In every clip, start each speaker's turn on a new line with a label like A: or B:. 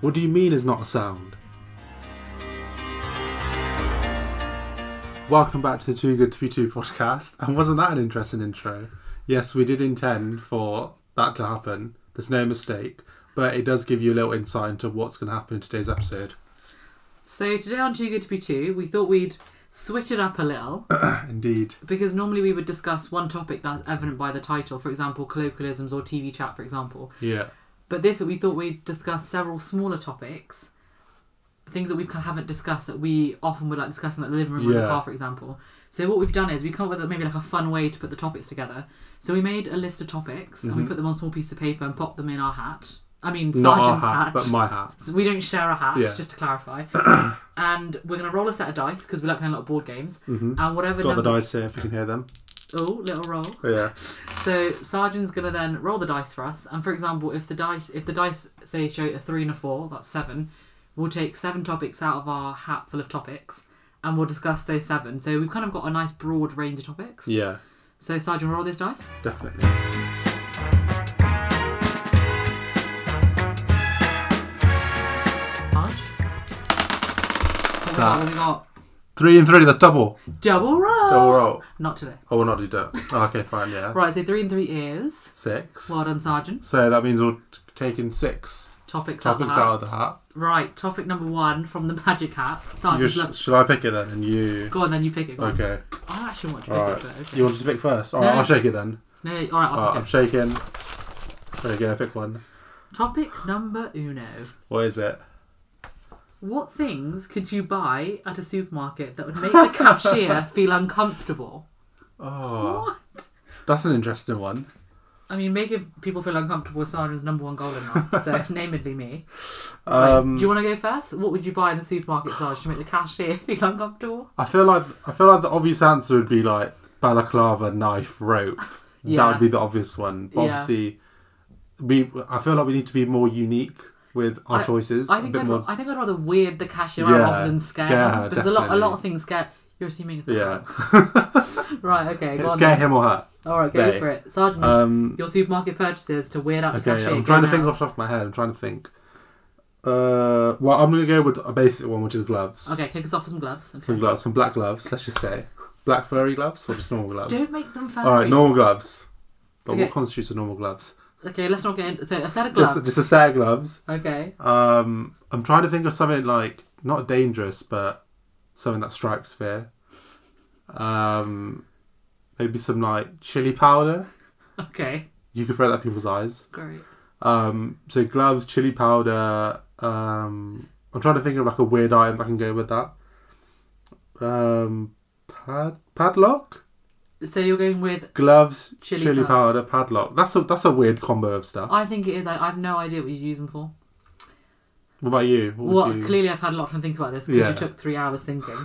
A: What do you mean is not a sound? Welcome back to the Too Good to Be True podcast. And wasn't that an interesting intro? Yes, we did intend for that to happen. There's no mistake, but it does give you a little insight into what's going to happen in today's episode.
B: So today on Too Good to Be Two, we thought we'd switch it up a little
A: Indeed.
B: because normally we would discuss one topic that's evident by the title, for example, colloquialisms or TV chat, for example.
A: Yeah.
B: But this week we thought we'd discuss several smaller topics, things that we kind of haven't discussed that we often would like discuss in like, the living room or the
A: Yeah.
B: car, for example. So what we've done is we come up with maybe like a fun way to put the topics together. So we made a list of topics and we
A: Mhm.
B: put them on a small piece of paper and popped them in our hat. I mean,
A: not our
B: sergeant's
A: hat,
B: hat.
A: but my hat.
B: So we don't share a hat,
A: Yeah.
B: just to clarify. and we're going to roll a set of dice because we like playing a lot of board games.
A: Mm-hmm.
B: And whatever
A: Got the
B: number.
A: dice here if you can hear them.
B: Oh, little roll.
A: Yeah.
B: So Sergeant's going to then roll the dice for us. And for example, if the dice, if the dice say show a three and a four, that's seven, we'll take seven topics out of our hat full of topics and we'll discuss those seven. So we've kind of got a nice broad range of topics.
A: Yeah,
B: So Sergeant, roll those dice.
A: definitely.
B: Sarge.
A: Sarge.
B: Oh, we got
A: Three and three, that's double.
B: double roll.
A: Double roll.
B: Not today.
A: Oh, we'll not do that. Oh, okay, fine, yeah.
B: Right, so three and three is.
A: Six.
B: Well done, Sergeant.
A: So that means we're t- taking six
B: Topics,
A: topics
B: out,
A: out of the hat.
B: Right, topic number one from the magic hat.
A: You
B: Sergeant,
A: sh-
B: Oh, look.
A: should I pick it then? And you.
B: Go on, then you pick it. Go on.
A: Okay.
B: I actually want to pick
A: Alright.
B: it, but okay.
A: You wanted to pick first? Alright,
B: No.
A: I'll shake it then.
B: No, no, all right, I'll
A: Alright,
B: pick
A: I'm
B: it.
A: shaking. There you go, pick one.
B: Topic number uno.
A: What is it?
B: What things could you buy at a supermarket that would make the cashier feel uncomfortable?
A: Oh,
B: What?
A: that's an interesting one.
B: I mean, making people feel uncomfortable is Sergeant's number one goal in life, so namedly me. Right,
A: Um,
B: do you want to go first? What would you buy in the supermarket, Sarge, to make the cashier feel uncomfortable?
A: I feel like I feel like the obvious answer would be like balaclava, knife, rope. That
B: Yeah.
A: would be the obvious one. But
B: Yeah.
A: obviously, we I feel like we need to be more unique with our
B: I-
A: choices.
B: I think
A: a bit
B: I'd,
A: more.
B: I think I'd rather weird the cashier
A: Yeah,
B: out rather than scare
A: yeah,
B: him because a lot a lot
A: definitely.
B: of things scare. You're assuming it's
A: yeah,
B: right. Okay, go on.
A: scare
B: then.
A: him or her.
B: All right, go
A: They.
B: for it, Sergeant.
A: Um,
B: your supermarket purchases to weird out the
A: okay,
B: cashier.
A: I'm
B: Go
A: trying to think
B: now.
A: off the top of my head. I'm trying to think. Uh, well, I'm gonna go with a basic one, which is gloves.
B: Okay, kick us off with some gloves. Okay.
A: Some gloves, some black gloves. Let's just say black furry gloves or just normal gloves.
B: Don't make them furry.
A: All right, normal gloves. But
B: Okay.
A: what constitutes a normal gloves?
B: Okay, let's not get into so a set of gloves.
A: Just, just a set of gloves.
B: Okay.
A: Um, I'm trying to think of something like not dangerous, but something that strikes fear. Um, maybe some like chili powder.
B: Okay.
A: You could throw that at people's eyes.
B: Great.
A: Um, so gloves, chili powder. Um, I'm trying to think of like a weird item that can go with that. Um, pad padlock,
B: So you're going with?
A: gloves, chili,
B: Chili
A: powder. padlock. That's a that's a weird combo of stuff.
B: I think it is. I, I have no idea what you use them for.
A: what about you? What would
B: Well,
A: you-
B: clearly I've had a lot to think about this because
A: Yeah.
B: you took three hours thinking.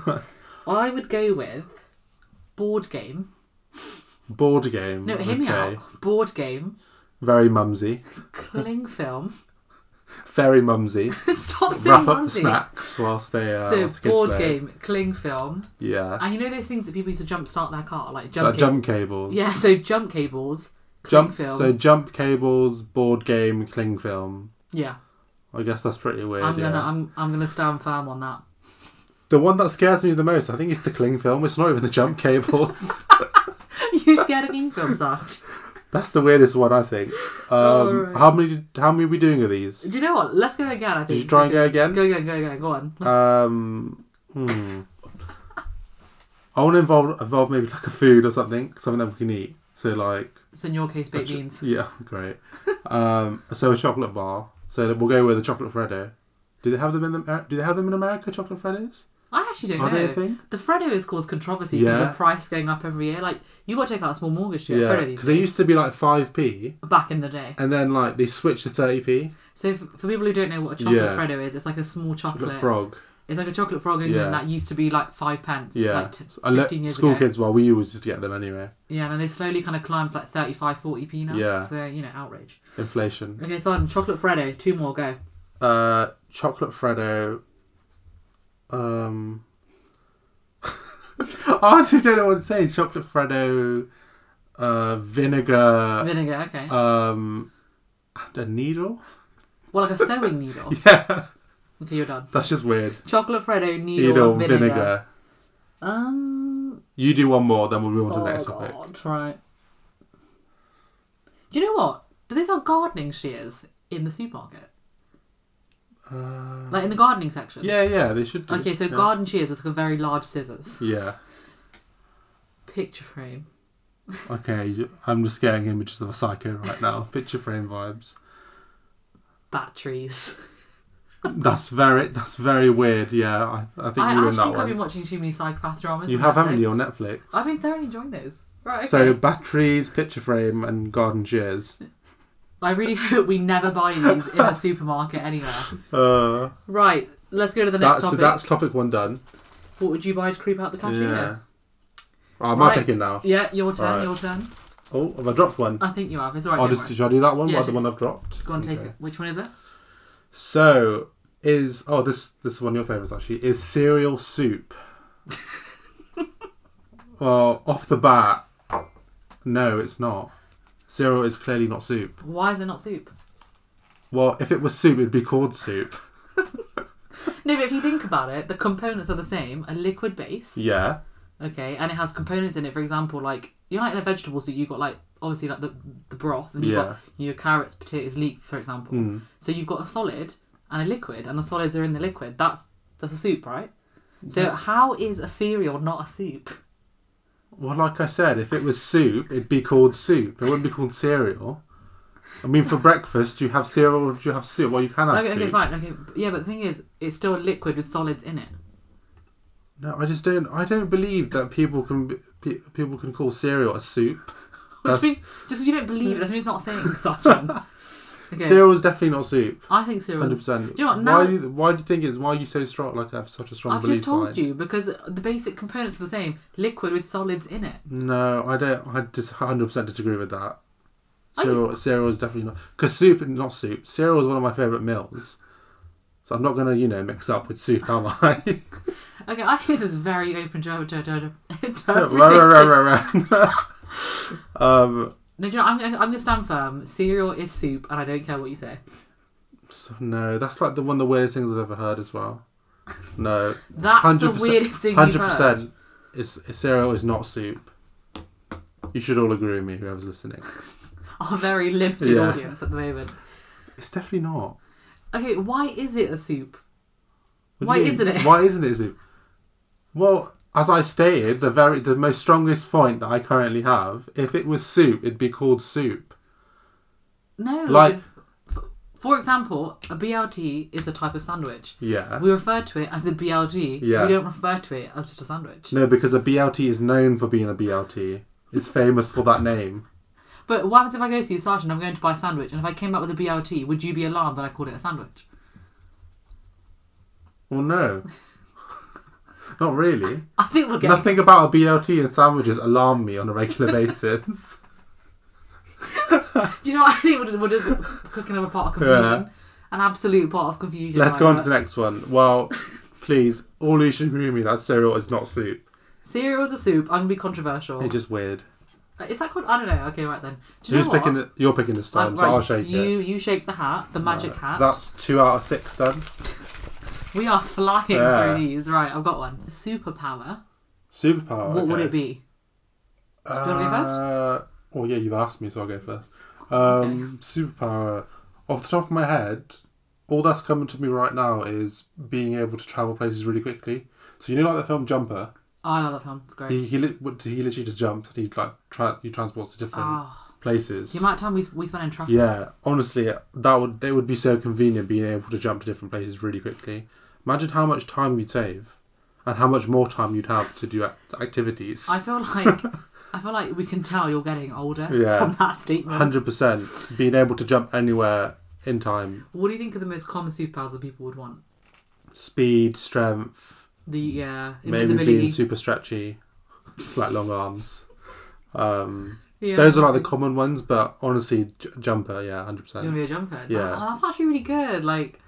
B: I would go with board game.
A: board game.
B: No, hear me
A: okay.
B: out. Board game,
A: Very mumsy.
B: cling film.
A: Very mumsy.
B: Stop saying
A: wrap up the
B: Oh, mumsy.
A: snacks whilst they uh,
B: So
A: whilst the kids
B: board
A: play.
B: game, cling film,
A: Yeah,
B: and you know those things that people used to jump start their car, like jump.
A: like
B: cable-
A: jump cables.
B: Yeah, so jump cables, cling
A: jump.
B: film.
A: So jump cables, board game, cling film.
B: yeah,
A: I guess that's pretty weird.
B: I'm gonna
A: yeah.
B: I'm I'm gonna stand firm on that.
A: The one that scares me the most, I think, is the cling film. It's not even the jump cables.
B: you scared of cling film, Sarge?
A: that's the weirdest one, I think. Um,
B: Alright.
A: How many? did- How many are we doing of
B: Do
A: these?
B: you know what? Let's go again. I think.
A: Did you try and go again?
B: Go again. Go again. Go on.
A: Um, hmm. I want to involve involve maybe like a food or something, something that we can eat. So like
B: So in your case, baked
A: Ch-
B: beans.
A: Yeah, great. um, so a chocolate bar. So we'll go with a chocolate Freddo. Do they have them in the, Do they have them in America? Chocolate Freddos?
B: I actually don't
A: Are they a
B: know.
A: thing?
B: The Freddo has caused controversy because
A: Yeah.
B: the price going up every year. Like you got to take out a small mortgage to get
A: Yeah,
B: Freddo these
A: because they
B: days,
A: used to be like five p,
B: back in the day.
A: and then like they switched to thirty p.
B: So for, for people who don't know what a chocolate
A: Yeah.
B: Freddo is, it's like a small chocolate.
A: Chocolate frog.
B: It's like a chocolate frog in England
A: Yeah.
B: that used to be like five pence.
A: Yeah,
B: Like t-
A: I let
B: 15 years
A: school
B: ago.
A: kids. Well, we always used to get them anyway.
B: Yeah, and then they slowly kind of climbed to like 35, 40p now.
A: Yeah.
B: So, you know, outrage.
A: Inflation.
B: Okay, so on chocolate Freddo, two more, go.
A: Uh, chocolate Freddo. Um. I honestly don't know what to say. Chocolate Freddo, uh, vinegar,
B: Vinegar, okay.
A: um, and a needle.
B: Well, like a sewing needle.
A: Yeah,
B: Okay, you're done.
A: that's just weird.
B: Chocolate Freddo needle,
A: Needle,
B: and
A: vinegar.
B: vinegar. Um.
A: You do one more, then we'll move on to
B: oh
A: the next
B: God,
A: topic.
B: Right. Do you know what? Do they sell gardening shears in the supermarket?
A: Uh,
B: Like in the gardening section?
A: yeah, yeah, they should do.
B: Okay, so
A: yeah.
B: garden shears is like a very large scissors.
A: Yeah.
B: Picture frame.
A: Okay, you- I'm just getting images of a psycho right now. Picture frame vibes.
B: Batteries.
A: That's very, that's very weird. Yeah, I, I think
B: I
A: you
B: actually
A: win that
B: think I've been
A: one.
B: watching too many psychopath dramas.
A: You
B: on
A: have, haven't you,
B: Netflix.
A: on Netflix?
B: I've been thoroughly enjoying those. Right. Okay.
A: So batteries, picture frame, and garden shears.
B: I really hope we never buy these in a supermarket anywhere.
A: Uh,
B: Right. Let's go to the next
A: that's so
B: topic.
A: that's topic one done.
B: What would you buy to creep out the cashier?
A: Yeah. Oh, am I
B: Right.
A: picking now?
B: Yeah, your turn,
A: Alright.
B: your turn.
A: Oh, have I dropped one?
B: I think you have. It's alright.
A: Oh,
B: don't
A: just,
B: worry.
A: should I do that one?
B: Yeah,
A: or the
B: do-
A: one I've dropped?
B: Go on, take
A: Okay.
B: it. Which one is it?
A: So is oh this this is one of your favourites actually is cereal soup. well, off the bat, no, it's not. Cereal is clearly not soup.
B: Why is it not soup?
A: Well, if it was soup, it'd be called soup.
B: No, but if you think about it, the components are the same. A liquid base,
A: Yeah,
B: okay, and it has components in it. For example, like you know, like in a vegetable soup, you've got like obviously like the the broth, and you've
A: yeah,
B: got your carrots, potatoes, leek, for example.
A: mm.
B: So you've got a solid and a liquid, and the solids are in the liquid. That's that's a soup, right? So how is a cereal not a soup?
A: Well, like I said, if it was soup, it'd be called soup. It wouldn't be called cereal. I mean, for breakfast, you have cereal, or do you have soup. Well, you can have
B: okay,
A: soup.
B: okay, fine. Okay, but- yeah, but the thing is, it's still a liquid with solids in it.
A: No, I just don't. I don't believe that people can be- pe- people can call cereal a soup.
B: Which
A: That's-
B: means, just because you don't believe it doesn't mean it's not a thing, Sachin. Okay.
A: Cereal is definitely not soup.
B: I think cereal
A: Hundred
B: is
A: percent.
B: you know what,
A: Why
B: now-
A: do you, why do you think it's why are you so strong? Like I have such a strong
B: I've
A: belief.
B: just told
A: behind-
B: you because the basic components are the same: liquid with solids in it.
A: No, I don't. I just hundred percent disagree with that.
B: I-
A: Cereal, cereal is definitely not because soup not soup. Cereal is one of my favorite meals, so I'm not gonna you know mix up with soup, am I?
B: Okay, I think this is very open to to- to- to-
A: Rah,
B: interpretation.
A: rah, rah, rah, rah. um.
B: No, do you know, what, I'm gonna- I'm going to stand firm. Cereal is soup, and I don't care what you say.
A: So, no, that's like the one of the weirdest things I've ever heard as well. No,
B: That's the
A: 100%,
B: weirdest thing you've
A: hundred
B: heard.
A: percent. Is cereal is not soup. You should all agree with me, whoever's listening.
B: Our very limited
A: Yeah.
B: audience at the moment.
A: It's definitely not.
B: Okay, why is it a soup?
A: What do
B: Why
A: you mean?
B: isn't it?
A: Why isn't it soup? Well, as I stated, the very the most strongest point that I currently have, if it was soup, it'd be called soup.
B: No.
A: Like-
B: f- for example, a BLT is a type of sandwich.
A: Yeah.
B: We refer to it as a BLT.
A: Yeah.
B: We don't refer to it as just a sandwich.
A: No, because a BLT is known for being a BLT. It's famous for that name.
B: But what happens if I go to you, Sergeant, I'm going to buy a sandwich, and if I came back with a BLT, would you be alarmed that I called it a sandwich?
A: Well, no. Not really.
B: I think we're getting.
A: Nothing about a BLT and sandwiches alarm me on a regular basis.
B: Do you know what I think? We're just, we're just cooking up a pot of confusion. An absolute pot of confusion.
A: Let's
B: right
A: go on to
B: now.
A: the next one. Well, please, all you should agree with me that cereal is not soup.
B: Cereal's a soup. I'm going to be controversial.
A: It's just weird.
B: Is that called? I don't know. Okay, right then. Oh. Do you
A: Who's
B: know what?
A: picking the, you're picking this time,
B: I'm-
A: so I'll
B: right,
A: shake it.
B: you, You shake the hat, the magic
A: Right,
B: hat.
A: So that's two out of six done.
B: We are flying
A: Yeah.
B: through these. Right, I've got one. Superpower.
A: Superpower.
B: what would it be?
A: Uh,
B: you wanna go first?
A: Well, yeah, you've asked me, so I'll go first. Um, Superpower. Off the top of my head, all that's coming to me right now is being able to travel places really quickly. So you know, like the film Jumper,
B: Oh, I love that film. It's great.
A: he he, lit- what- he literally just jumped and he like tra- he transports to different
B: Ah,
A: places.
B: the amount of time we, we spent in traffic.
A: Yeah, honestly, that would they would be so convenient being able to jump to different places really quickly. Imagine how much time you'd save, and how much more time you'd have to do act- activities.
B: I feel like I feel like we can tell you're getting older
A: Yeah.
B: from that statement.
A: Hundred percent, being able to jump anywhere in time,
B: What do you think are the most common superpowers that people would want?
A: speed, strength,
B: The uh,
A: maybe being
B: invisibility.
A: super stretchy, like long arms. Um,
B: yeah.
A: Those are like the common ones, but honestly, j- jumper, yeah, hundred
B: You want
A: percent.
B: to be a jumper?
A: Yeah.
B: Oh, that's actually really good. Like,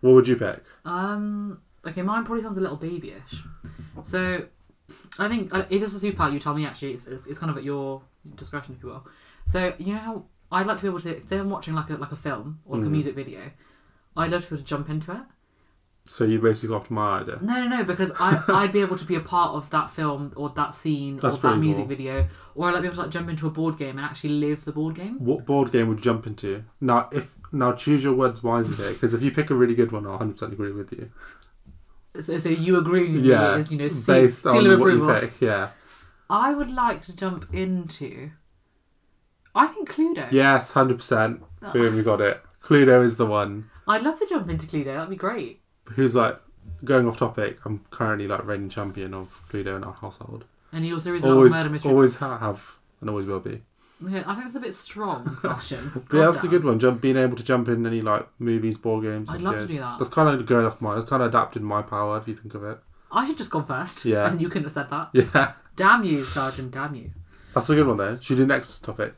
A: What would you pick?
B: Um. Okay, mine probably sounds a little babyish. So, I think uh, it is a superpower. You tell me. Actually, it's, it's it's kind of at your discretion, if you will. So you know how I'd like to be able to say I'm watching like a like a film or like a
A: Mm.
B: music video, I'd love to be able to jump into it.
A: So you basically got my idea.
B: No, no, no, because I, I'd be able to be a part of that film or that scene
A: That's
B: or that
A: pretty
B: music
A: cool.
B: video, or I'd like be able to like jump into a board game and actually live the board game.
A: What board game would you jump into? Now, if now choose your words wisely here, because if you pick a really good one, I'll 100% agree with you.
B: So, so you agree with
A: Yeah,
B: me as you know, seal,
A: based
B: seal
A: on
B: of
A: what
B: approval.
A: you pick. Yeah.
B: I would like to jump into. I think Cluedo.
A: Yes, 100%.
B: Oh.
A: Boom, you got it. Cluedo is the one.
B: I'd love to jump into Cluedo. That'd be great.
A: Who's like going off topic? I'm currently like reigning champion of Cluedo in our household.
B: And he also is a lot of
A: Always,
B: murder mystery.
A: always
B: books.
A: ha- have, and always will be.
B: Yeah, I think that's a bit strong, Sebastian.
A: But yeah, that's a
B: Goddamn.
A: good one. Jump, being able to jump in any like movies, board games.
B: I'd
A: is
B: love to
A: good.
B: do that.
A: That's kind of going off mine. It's kind of adapted my power if you think of it.
B: I should just gone first.
A: Yeah.
B: And you couldn't have said that.
A: Yeah,
B: Damn you, Sergeant. Damn you.
A: that's a good one though. Should we do next topic?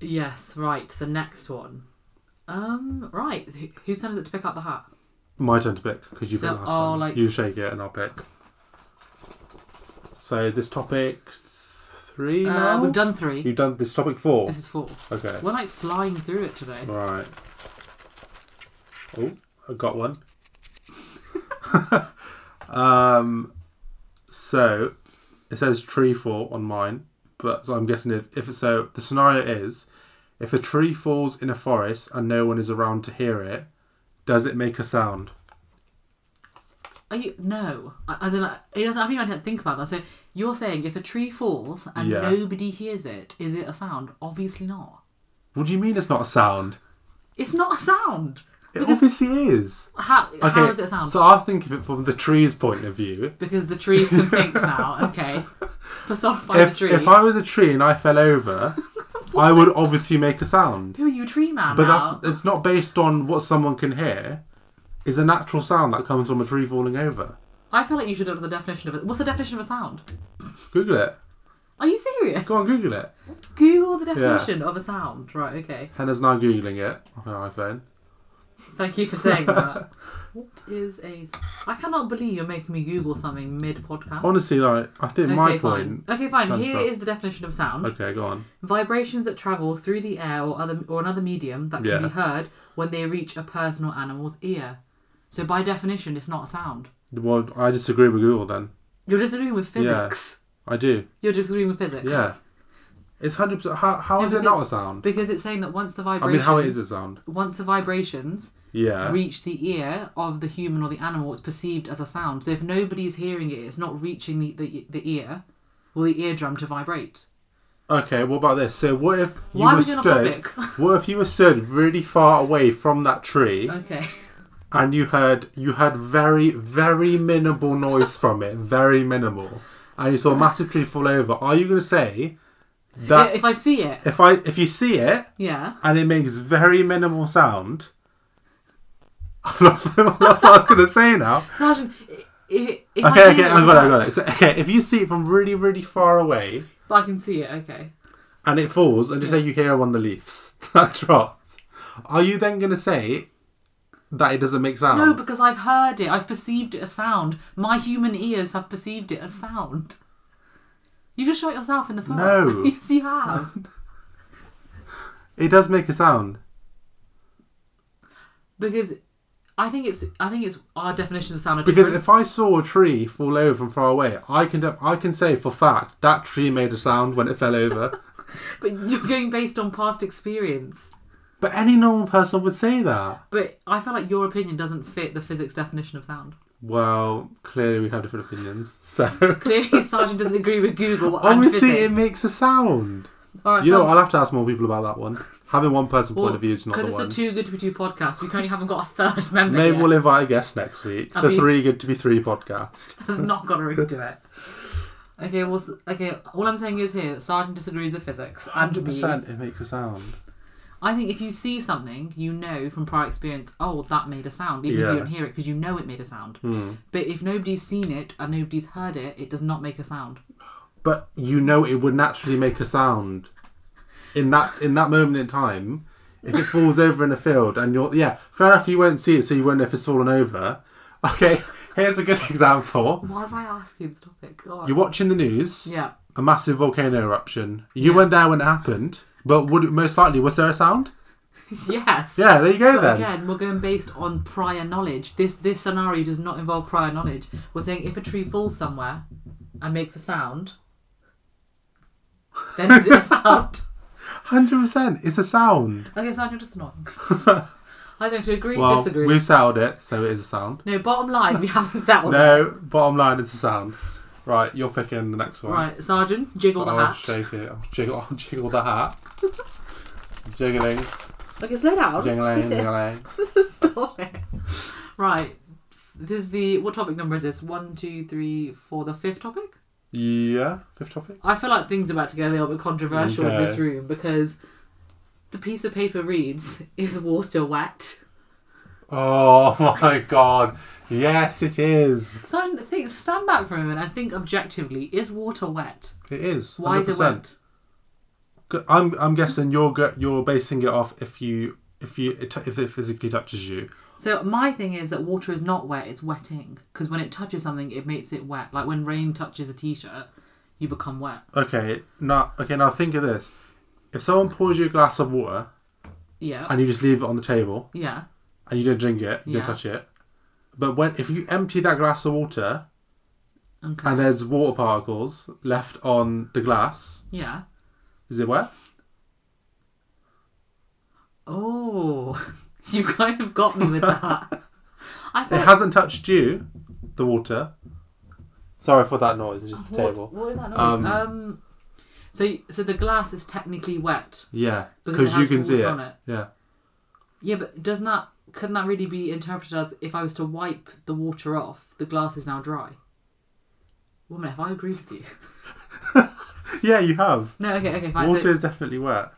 B: Yes, right. The next one. Um, right. Who, whose turn is it to pick up the hat?
A: My turn to pick because you
B: So,
A: picked last
B: oh,
A: time.
B: like-
A: You shake it and I'll pick. So this topic three
B: Uh,
A: now.
B: we've done three.
A: You've done this topic four.
B: This is four.
A: Okay.
B: We're like flying through it today.
A: Right. Oh, I got one. um, so it says tree fall on mine, but so I'm guessing if, if so, the scenario is if a tree falls in a forest and no one is around to hear it, does it make a sound?
B: Are you no? As in, uh, it doesn't. I think I didn't think about that. So you're saying if a tree falls and
A: Yeah.
B: nobody hears it, is it a sound? Obviously not.
A: What do you mean it's not a sound?
B: It's not a sound.
A: It
B: Because-
A: obviously is.
B: How, how is it a sound?
A: so I'll think of it from the tree's point of view.
B: because the tree can think now. Okay, personify the
A: If,
B: tree.
A: if I was a tree and I fell over, I would obviously make a sound.
B: Who are you, tree man?
A: But
B: now?
A: that's it's not based on what someone can hear. It's a natural sound that comes from a tree falling over.
B: I feel like you should have the definition of it. What's the definition of a sound?
A: Google it.
B: Are you serious?
A: Go on, Google it.
B: Google the definition of a sound. Right. Okay.
A: Hannah's now googling it on her iPhone.
B: Thank you for saying that. what is a? I cannot believe you're making me Google something mid podcast.
A: Honestly, like I think
B: Okay,
A: my
B: fine.
A: point. Uh,
B: Okay, fine.
A: stands
B: Here
A: for-
B: is the definition of sound:
A: Okay, go on.
B: vibrations that travel through the air or other or another medium that can
A: Yeah.
B: be heard when they reach a person or animal's ear. So, by definition, it's not a sound.
A: Well, I disagree with Google. Then
B: You're disagreeing with physics.
A: I do.
B: You're disagreeing with physics.
A: Yeah, it's hundred percent. How how
B: Yeah,
A: is it
B: because-
A: not a sound?
B: Because it's saying that once the
A: I
B: vibration,
A: mean, how is a sound?
B: once the vibrations
A: Yeah,
B: reach the ear of the human or the animal, it's perceived as a sound. So if nobody's hearing it, it's not reaching the, the, the ear or the eardrum to vibrate.
A: Okay, what about this? So what if you
B: Why are
A: were
B: we doing a
A: stood?
B: topic?
A: What if you were stood really far away from that tree,
B: Okay.
A: and you heard you heard very very minimal noise from it, very minimal, and you saw a massive tree fall over? Are you going to say
B: Yeah,
A: that
B: if I see it,
A: if I if you see it
B: yeah.
A: and it makes very minimal sound? I've lost my, that's what I was going to say now.
B: Imagine if, if
A: Okay,
B: I
A: okay,
B: knew
A: I
B: was
A: got it, I
B: that-
A: got it. So, okay, if you see it from really really far away.
B: But I can see it. Okay.
A: and it falls, and just say you hear one of the leaves that drops, are you then going to say that it doesn't make sound?
B: No, because I've heard it. I've perceived it as sound. My human ears have perceived it as sound. You just shot yourself in the foot.
A: No.
B: yes, you have.
A: it does make a sound.
B: Because I think it's I think it's our definitions of sound are
A: Because
B: different.
A: if I saw a tree fall over from far away, I can de- I can say for fact that tree made a sound when it fell over.
B: But you're going based on past experience.
A: but any normal person would say that.
B: But I feel like your opinion doesn't fit the physics definition of sound.
A: Well, clearly we have different opinions. So
B: Clearly, Sargent doesn't agree with Google. and
A: obviously it
B: physics.
A: makes a sound.
B: All right,
A: You know,
B: so-
A: what, I'll have to ask more people about that one. Having one person
B: well,
A: point of view is not the
B: it's
A: one.
B: the Too Good to Be Two podcast. We currently haven't got a third member.
A: Maybe
B: yet.
A: we'll invite a guest next week.
B: That'd
A: the
B: be-
A: Three Good to Be Three podcast.
B: has not got a ring to it. Okay, well, s- okay. All I'm saying is here, Sergeant disagrees with physics. and
A: Hundred
B: me.
A: percent, it makes a sound.
B: I think if you see something, you know from prior experience, oh, that made a sound, even if
A: Yeah. Hmm.
B: you don't hear it because you know it made a sound. But if nobody's seen it and nobody's heard it, it does not make a sound.
A: But you know, it would naturally make a sound in that in that moment in time. If it falls over in a field and you're yeah, fair enough, you won't see it, so you won't know if it's fallen over. Okay, here's a good example.
B: Why did I ask you this topic? God.
A: You're watching the news.
B: yeah.
A: A massive volcano eruption. You weren't there when it happened, but would it most likely was there a sound?
B: yes.
A: Yeah, there you go
B: But
A: then.
B: again, we're going based on prior knowledge. This this scenario does not involve prior knowledge. We're saying if a tree falls somewhere and makes a sound, then is it a sound?
A: 100%. It's a sound.
B: Okay, so you're just annoying. I don't agree,
A: Well,
B: disagree.
A: we've settled it, so it is a sound.
B: No, bottom line, we haven't settled. it.
A: No, bottom line, it's a sound. Right, you're picking the next one.
B: Right, Sergeant, jiggle
A: So
B: the
A: I'll
B: hat.
A: shake it. I'll jiggle, I'll jiggle the hat. Jiggling,
B: Okay, slow down.
A: jingling, jingling.
B: Stop it. Right. This is the what topic number is this? One, two, three, four. The fifth topic.
A: Yeah, fifth topic.
B: I feel like things are about to get a little bit controversial in this
A: Okay.
B: room because the piece of paper reads, "Is water wet?"
A: Oh my god. Yes, it is.
B: So I think stand back for a minute and think objectively: Is water wet?
A: It is.
B: Why is it
A: 100%.
B: wet?
A: G- I'm I'm guessing you're go- you're basing it off if you if you it t- if it physically touches you.
B: So my thing is that water is not wet; it's wetting because when it touches something, it makes it wet. Like when rain touches a t-shirt, you become wet.
A: Okay, now okay now think of this. If someone pours you a glass of water
B: Yeah.
A: and you just leave it on the table
B: yeah.
A: and you don't drink it, you
B: Yeah.
A: don't touch it. But when if you empty that glass of water
B: Okay.
A: and there's water particles left on the glass,
B: yeah.
A: is it wet?
B: Oh, you've kind of got me with that. I
A: It
B: feel like,
A: hasn't touched you, the water. Sorry for that noise. It's just the
B: what-
A: table.
B: what is that noise? Um,
A: Um,
B: so so the glass is technically wet.
A: Yeah,
B: Because it
A: because you
B: has
A: can see
B: water
A: it.
B: on it.
A: Yeah,
B: Yeah, but doesn't that couldn't that really be interpreted as if I was to wipe the water off, the glass is now dry? Woman, have I agreed with you?
A: yeah, you have.
B: No, okay, okay, fine.
A: Water
B: So,
A: is definitely wet.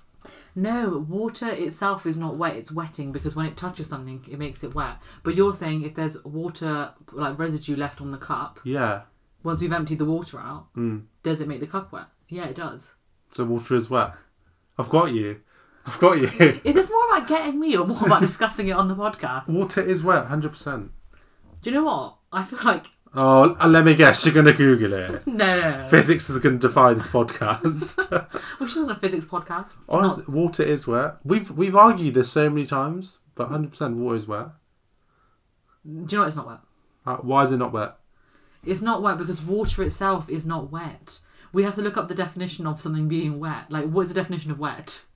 B: no, water itself is not wet, it's wetting because when it touches something it makes it wet. But you're saying if there's water like residue left on the cup,
A: Yeah,
B: once we've emptied the water out,
A: Hmm.
B: does it make the cup wet? Yeah, it does.
A: so water is wet. I've got you. I've got you.
B: Is this more about getting me or more about discussing it on the podcast?
A: water is wet, hundred percent.
B: Do you know what? I feel like
A: Oh, l- let me guess. You're gonna Google it.
B: no, no, no, no.
A: Physics is gonna defy this podcast.
B: Which isn't a physics podcast.
A: Honestly, water is wet. We've we've argued this so many times, but hundred percent water is wet.
B: Not- do you know what? It's not wet.
A: Uh, why is it not wet?
B: It's not wet because water itself is not wet. We have to look up the definition of something being wet. Like, what is the definition of wet?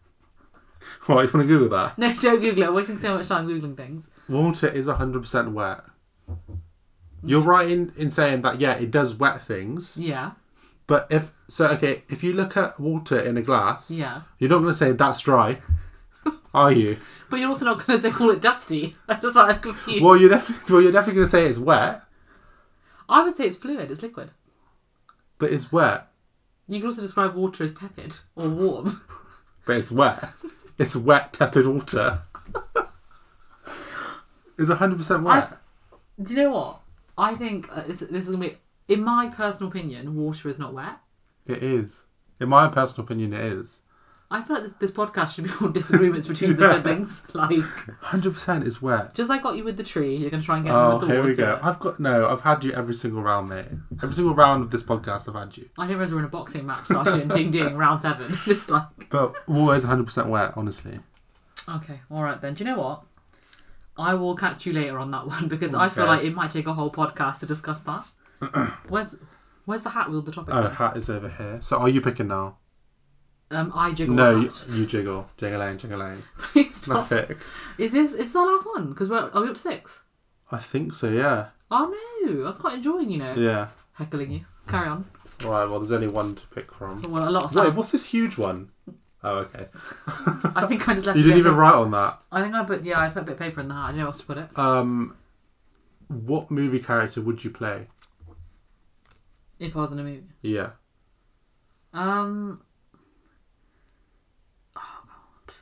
A: Right, you want to Google that?
B: No, don't Google it. I'm wasting so much time Googling things.
A: Water is 100% wet. You're right in, in saying that, yeah, it does wet things.
B: Yeah.
A: But if, so, okay, if you look at water in a glass,
B: Yeah.
A: you're not going to say that's dry, are you?
B: But you're also not going to say call it dusty. I'm just like, I'm confused.
A: Well, you're definitely, well, you're definitely going to say it's wet,
B: I would say it's fluid, it's liquid.
A: but it's wet,
B: You can also describe water as tepid or warm.
A: but it's wet. it's wet, tepid water. it's 100% wet.
B: I've- Do you know what? I think uh, this, this is going to be, in my personal opinion, water is not wet.
A: It is. In my personal opinion, it is.
B: I feel like this, this podcast should be all disagreements between the
A: Yeah.
B: siblings. Like,
A: 100% is wet.
B: just like got you with the tree, you're going to try and get me
A: Oh,
B: with the
A: here
B: water.
A: we go. I've got no. I've had you every single round, mate. Every single round of this podcast, I've had you.
B: I didn't realize we were in a boxing match, Sasha, and ding ding, round seven. It's like,
A: But always 100 percent wet, honestly.
B: okay, all right then. Do you know what? I will catch you later on that one because I feel
A: Okay.
B: like it might take a whole podcast to discuss that. where's Where's the hat with all the topics?
A: Oh,
B: in?
A: hat is over here. So are you picking now?
B: Um, I jiggle.
A: No,
B: the
A: you,
B: hat.
A: you jiggle, jiggling, jiggling.
B: Please stop.
A: Traffic.
B: Is this is this our last one? Because we're are we up to six?
A: I think so. Yeah.
B: Oh no, I was quite enjoying, you know,
A: Yeah.
B: heckling you. Carry on.
A: Right. Well, there's only one to pick from.
B: Well, a lot of
A: Wait,
B: stuff.
A: what's this huge one? Oh, okay.
B: I think I just left.
A: You
B: a
A: didn't
B: bit
A: even
B: of-
A: write on that.
B: I think I put yeah, I put a bit of paper in the hat. I didn't know where else to put it.
A: Um, what movie character would you play?
B: If I was in a movie.
A: Yeah.
B: Um. oh, God.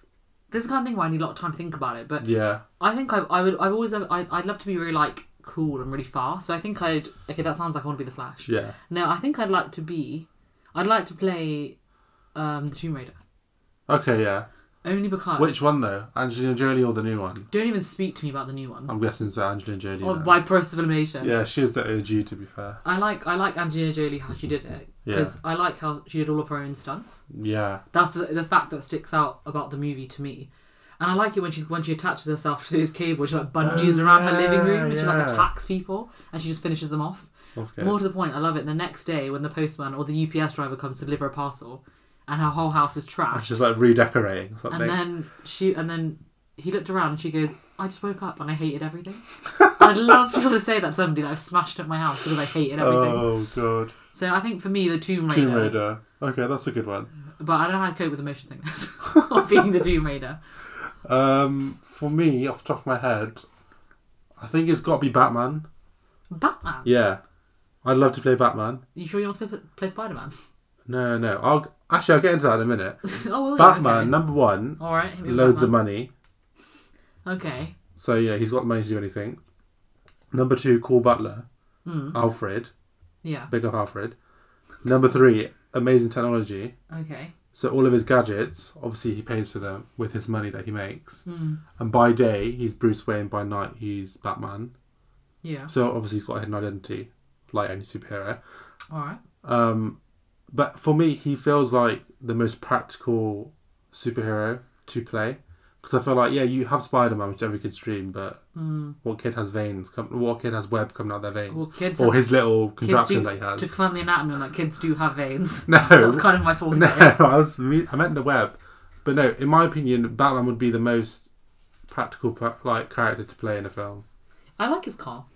B: This is the kind of thing where I need a lot of time to think about it, but
A: Yeah.
B: I think I, I would. I've always. I, I'd love to be really like cool and really fast. So I think I'd. Okay, that sounds like I want to be the Flash.
A: Yeah.
B: No, I think I'd like to be. I'd like to play, um, the Tomb Raider.
A: Okay. Yeah.
B: Only because.
A: Which one though? Angelina Jolie or the new one?
B: Don't even speak to me about the new one.
A: I'm guessing so. Angelina Jolie.
B: Or
A: then.
B: by process of elimination.
A: Oh, Yeah, she is the OG to be fair.
B: I like. I like Angelina Jolie how she did it because I like how she did all of her own stunts.
A: Yeah.
B: That's the, the fact that sticks out about the movie to me. And I like it when she's when she attaches herself to this cable, she like bungees around her living room and she like
A: Oh, yeah.
B: attacks people and she just finishes them off.
A: That's good.
B: More to the point, I love it. The next day when the postman or the UPS driver comes to deliver a parcel and her whole house is
A: And
B: trashed.
A: She's like redecorating or
B: And
A: something.
B: then she and then he looked around and she goes, I just woke up and I hated everything. I'd love to be able to say that to somebody that I've smashed up my house because I hated everything.
A: oh god,
B: So I think for me the Tomb Raider,
A: Tomb Raider. Okay, that's a good one.
B: but I don't know how I cope with emotion sickness of being the Tomb Raider.
A: Um, for me, off the top of my head, I think it's got to be Batman.
B: Batman.
A: Yeah, I'd love to play Batman.
B: You sure you want to play, play Spider Man?
A: No, no. I'll actually I'll get into that in a minute.
B: oh, will you?
A: Batman
B: Okay.
A: number one,
B: All right. hit me with
A: loads of
B: Batman.
A: money.
B: Okay.
A: So yeah, he's got the money to do anything. Number two, Cool Butler,
B: Mm.
A: Alfred,
B: Yeah.
A: big up Alfred. Number three, amazing technology.
B: Okay.
A: So all of his gadgets, obviously he pays for them with his money that he makes.
B: Mm.
A: And by day he's Bruce Wayne, by night he's Batman.
B: Yeah.
A: So obviously he's got a hidden identity, like any superhero.
B: All right.
A: Um, but for me, he feels like the most practical superhero to play because I feel like yeah, you have Spider Man, which every kid's dream, but
B: Mm.
A: what kid has veins? Come, what kid has web coming out their veins?
B: Well, kids.
A: or his little
B: kids
A: contraption
B: do-
A: that he has.
B: to climb the anatomy on that, kids do have veins.
A: No,
B: That's kind of my fault.
A: no, I was me- I meant the web, but no. In my opinion, Batman would be the most practical pra- like character to play in a film.
B: I like his car.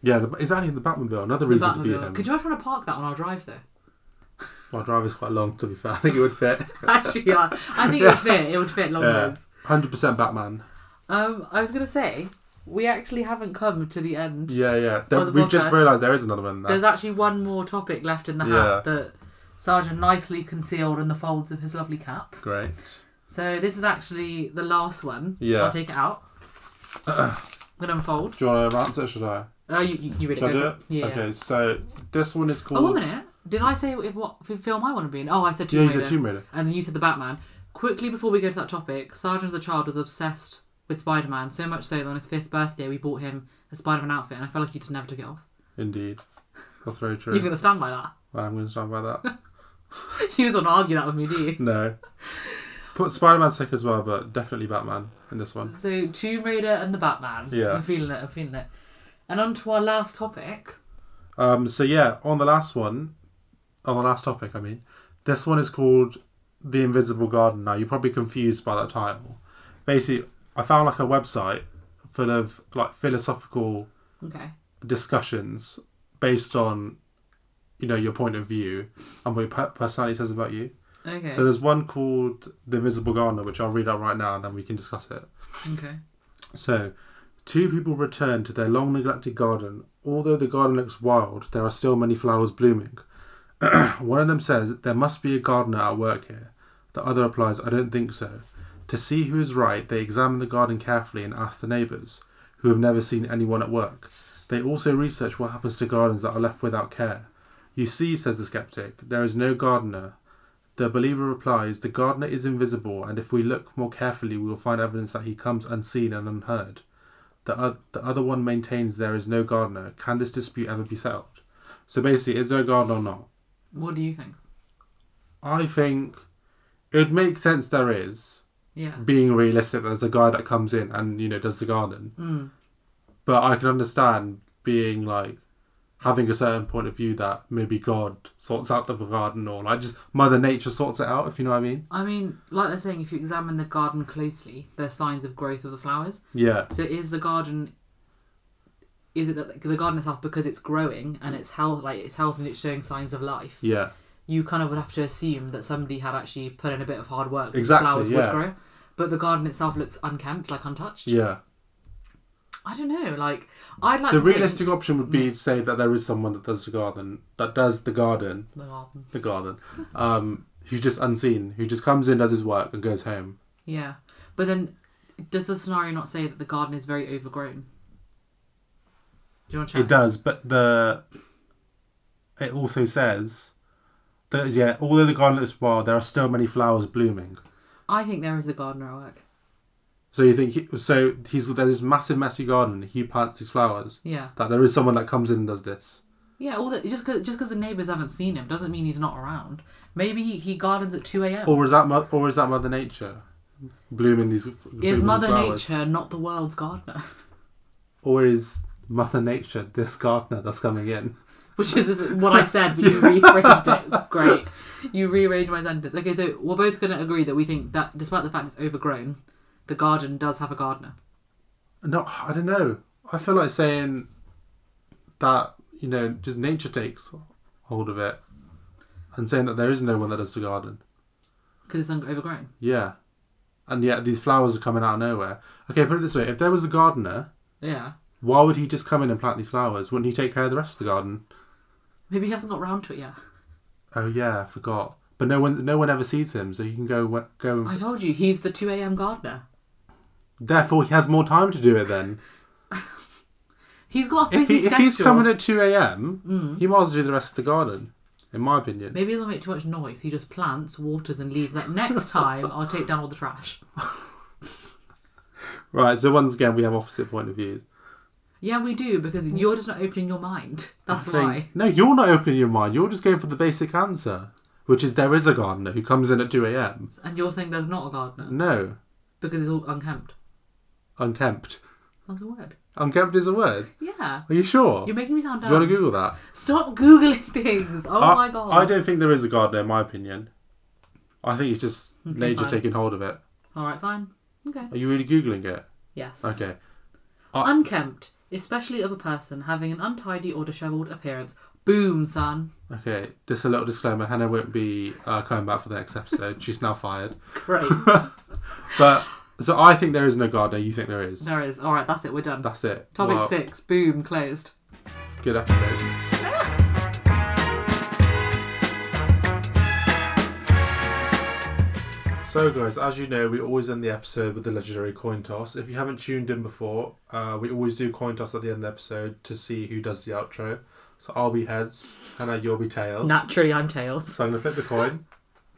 A: Yeah, the, it's only in the Batmobile. Another
B: The
A: reason to be
B: Batmobile.
A: him.
B: Could you try to park that on our drive though?
A: My driver's quite long. To be fair, I think it would fit.
B: Actually, yeah. I think it would fit. It would fit long
A: Yeah.
B: roads.
A: Hundred percent Batman.
B: Um, I was gonna say we actually haven't come to the end.
A: Yeah, yeah. There,
B: Or the
A: we've just
B: podcast.
A: realised there is another one. There.
B: There's actually one more topic left in the hat that Sergeant nicely concealed in the folds of his lovely cap.
A: Great.
B: So this is actually the last one.
A: Yeah.
B: I'll take it out. I'm gonna unfold.
A: Do you want to announce it? or Should I?
B: Oh, you, you, you read it.
A: Should I
B: go
A: do
B: for
A: it?
B: Yeah.
A: Okay. So this one is called.
B: Oh, wait a minute. Did I say if what if film I want to be in? Oh, I said
A: Yeah,
B: Tomb
A: you
B: Raider.
A: said Tomb Raider.
B: and then you said the Batman. Quickly before we go to that topic, Sergeant as a child was obsessed with Spider-Man so much so that on his fifth birthday we bought him a Spider-Man outfit, and I felt like he just never took it off.
A: Indeed. That's very true.
B: You're gonna stand by that?
A: I'm going to stand by that.
B: You just want to argue that with me, do you?
A: no. Put Spider-Man sick as well, but definitely Batman in this one.
B: So Tomb Raider and the Batman.
A: Yeah.
B: I'm feeling it. I'm feeling it. And on to our last topic.
A: Um. So yeah, on the last one, on the last topic, I mean, this one is called the Invisible Garden. Now you're probably confused by that title. Basically, I found like a website full of like philosophical
B: Okay.
A: discussions based on you know your point of view and what your per- personality says about you.
B: Okay.
A: So there's one called The Invisible Gardener, which I'll read out right now, and then we can discuss it.
B: okay.
A: So, two people return to their long neglected garden. Although the garden looks wild, there are still many flowers blooming. One of them says, There must be a gardener at work here. The other replies, I don't think so. To see who is right, they examine the garden carefully and ask the neighbours, who have never seen anyone at work. They also research what happens to gardens that are left without care. You see, says the skeptic, there is no gardener. The believer replies, The gardener is invisible, and if we look more carefully, we will find evidence that he comes unseen and unheard. The, o- the other one maintains there is no gardener. Can this dispute ever be settled? So basically, is there a gardener or not?
B: What do you think?
A: I think it would make sense there is,
B: Yeah.
A: being realistic, there's a guy that comes in and, you know, does the garden.
B: Mm.
A: But I can understand being like, having a certain point of view that maybe God sorts out the garden or like just Mother Nature sorts it out, if you know what I mean.
B: I mean, like they're saying, if you examine the garden closely, there's signs of growth of the flowers.
A: Yeah.
B: So is the garden? Is it that the garden itself because it's growing and it's health, like it's health and it's showing signs of life?
A: Yeah.
B: You kind of would have to assume that somebody had actually put in a bit of hard work. so the
A: Exactly,
B: Flowers
A: yeah.
B: would grow, but the garden itself looks unkempt, like untouched.
A: Yeah.
B: I don't know. Like I'd like
A: The
B: to think-
A: realistic option would
B: Mm.
A: be to say that there is someone that does the garden, that does the garden,
B: The garden.
A: the garden, um, who's just unseen, who just comes in, does his work, and goes home.
B: Yeah, but then does the scenario not say that the garden is very overgrown? Do you want to check?
A: It does, but the it also says that yeah, although the garden looks wild, there are still many flowers blooming.
B: I think there is a gardener at work.
A: So you think he, so? He's there's this massive, messy garden. He plants these flowers.
B: Yeah,
A: That there is someone that comes in and does this.
B: yeah. All that just because just because the neighbors haven't seen him doesn't mean he's not around. Maybe he, he gardens at two a.m.
A: Or is that mo- or is that Mother Nature? blooming these. blooming
B: Is
A: these
B: Mother
A: flowers.
B: Nature not the world's gardener?
A: or is Mother Nature this gardener that's coming in?
B: Which is what I said, but you rephrased it. Great. You rearranged my sentence. Okay, so we're both going to agree that we think that despite the fact it's overgrown, the garden does have a gardener.
A: No, I don't know. I feel like saying that you know just nature takes hold of it, and saying that there is no one that does the garden.
B: Because it's un- overgrown.
A: Yeah, and yet these flowers are coming out of nowhere. Okay, put it this way: if there was a gardener,
B: Yeah.
A: why would he just come in and plant these flowers? Wouldn't he take care of the rest of the garden?
B: Maybe he hasn't got round to it yet.
A: Oh yeah, I forgot. But no one, no one ever sees him, so he can go wh- go.
B: I told you, he's the 2 a.m. gardener.
A: Therefore, he has more time to do it then.
B: He's got a
A: If,
B: busy
A: he, if
B: schedule. Mm.
A: he's coming at two a.m., he might as well do the rest of the garden. In my opinion.
B: Maybe he doesn't make too much noise. He just plants, waters, and leaves. Like, next time, I'll take down all the trash.
A: Right, so once again, we have opposite point of views.
B: Yeah, we do, because you're just not opening your mind. That's
A: I think-
B: why.
A: No, you're not opening your mind. You're just going for the basic answer, which is there is a gardener who comes in at 2 a.m.
B: And you're saying there's not a gardener
A: No,
B: because it's all unkempt.
A: unkempt.
B: That's a word.
A: Unkempt is a word.
B: Yeah.
A: Are you sure?
B: You're making me sound
A: Do you want
B: dumb.
A: to Google that?
B: Stop Googling things. Oh
A: I,
B: my god.
A: I don't think there is a gardener, in my opinion. I think it's just
B: Okay,
A: nature
B: fine.
A: taking hold of it.
B: Alright, fine. Okay.
A: Are you really Googling it?
B: Yes.
A: Okay.
B: Unkempt, especially of a person having an untidy or dishevelled appearance. Boom, son.
A: Okay, just a little disclaimer Hannah won't be uh, coming back for the next episode. She's now fired.
B: Great.
A: But, so I think there is no gardener. You think there is?
B: there is. Alright, that's it. We're done.
A: That's it.
B: Topic
A: Well,
B: six. Boom, closed.
A: Good episode. So, guys, as you know, we always end the episode with the legendary coin toss. If you haven't tuned in before, uh, we always do coin toss at the end of the episode to see who does the outro. So I'll be heads, Hannah, you'll be tails.
B: Naturally, I'm tails.
A: So I'm gonna flip the coin.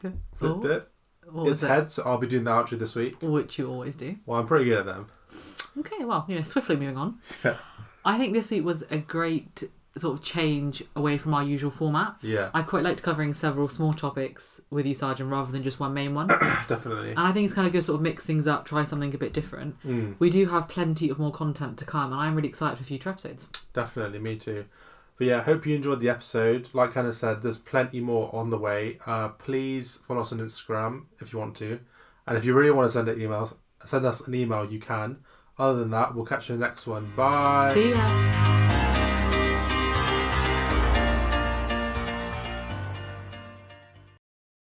B: Okay.
A: Flip
B: Oh,
A: it.
B: what
A: It's
B: was it?
A: heads. So I'll be doing the outro this week.
B: Which you always do.
A: Well, I'm pretty good at them.
B: Okay, well, you know, swiftly moving on.
A: Yeah.
B: I think this week was a great sort of change away from our usual format.
A: Yeah,
B: I quite liked covering several small topics with you, Sergeant, rather than just one main one. and
A: definitely.
B: I think it's kind of good to sort of mix things up, try something a bit different.
A: Mm.
B: We do have plenty of more content to come, and I'm really excited for future episodes.
A: Definitely, me too. But yeah, hope you enjoyed the episode. Like Hannah said, there's plenty more on the way. Uh, please follow us on Instagram if you want to. And if you really want to send an email, send us an email, you can. Other than that, we'll catch you in the next one. Bye.
B: See ya.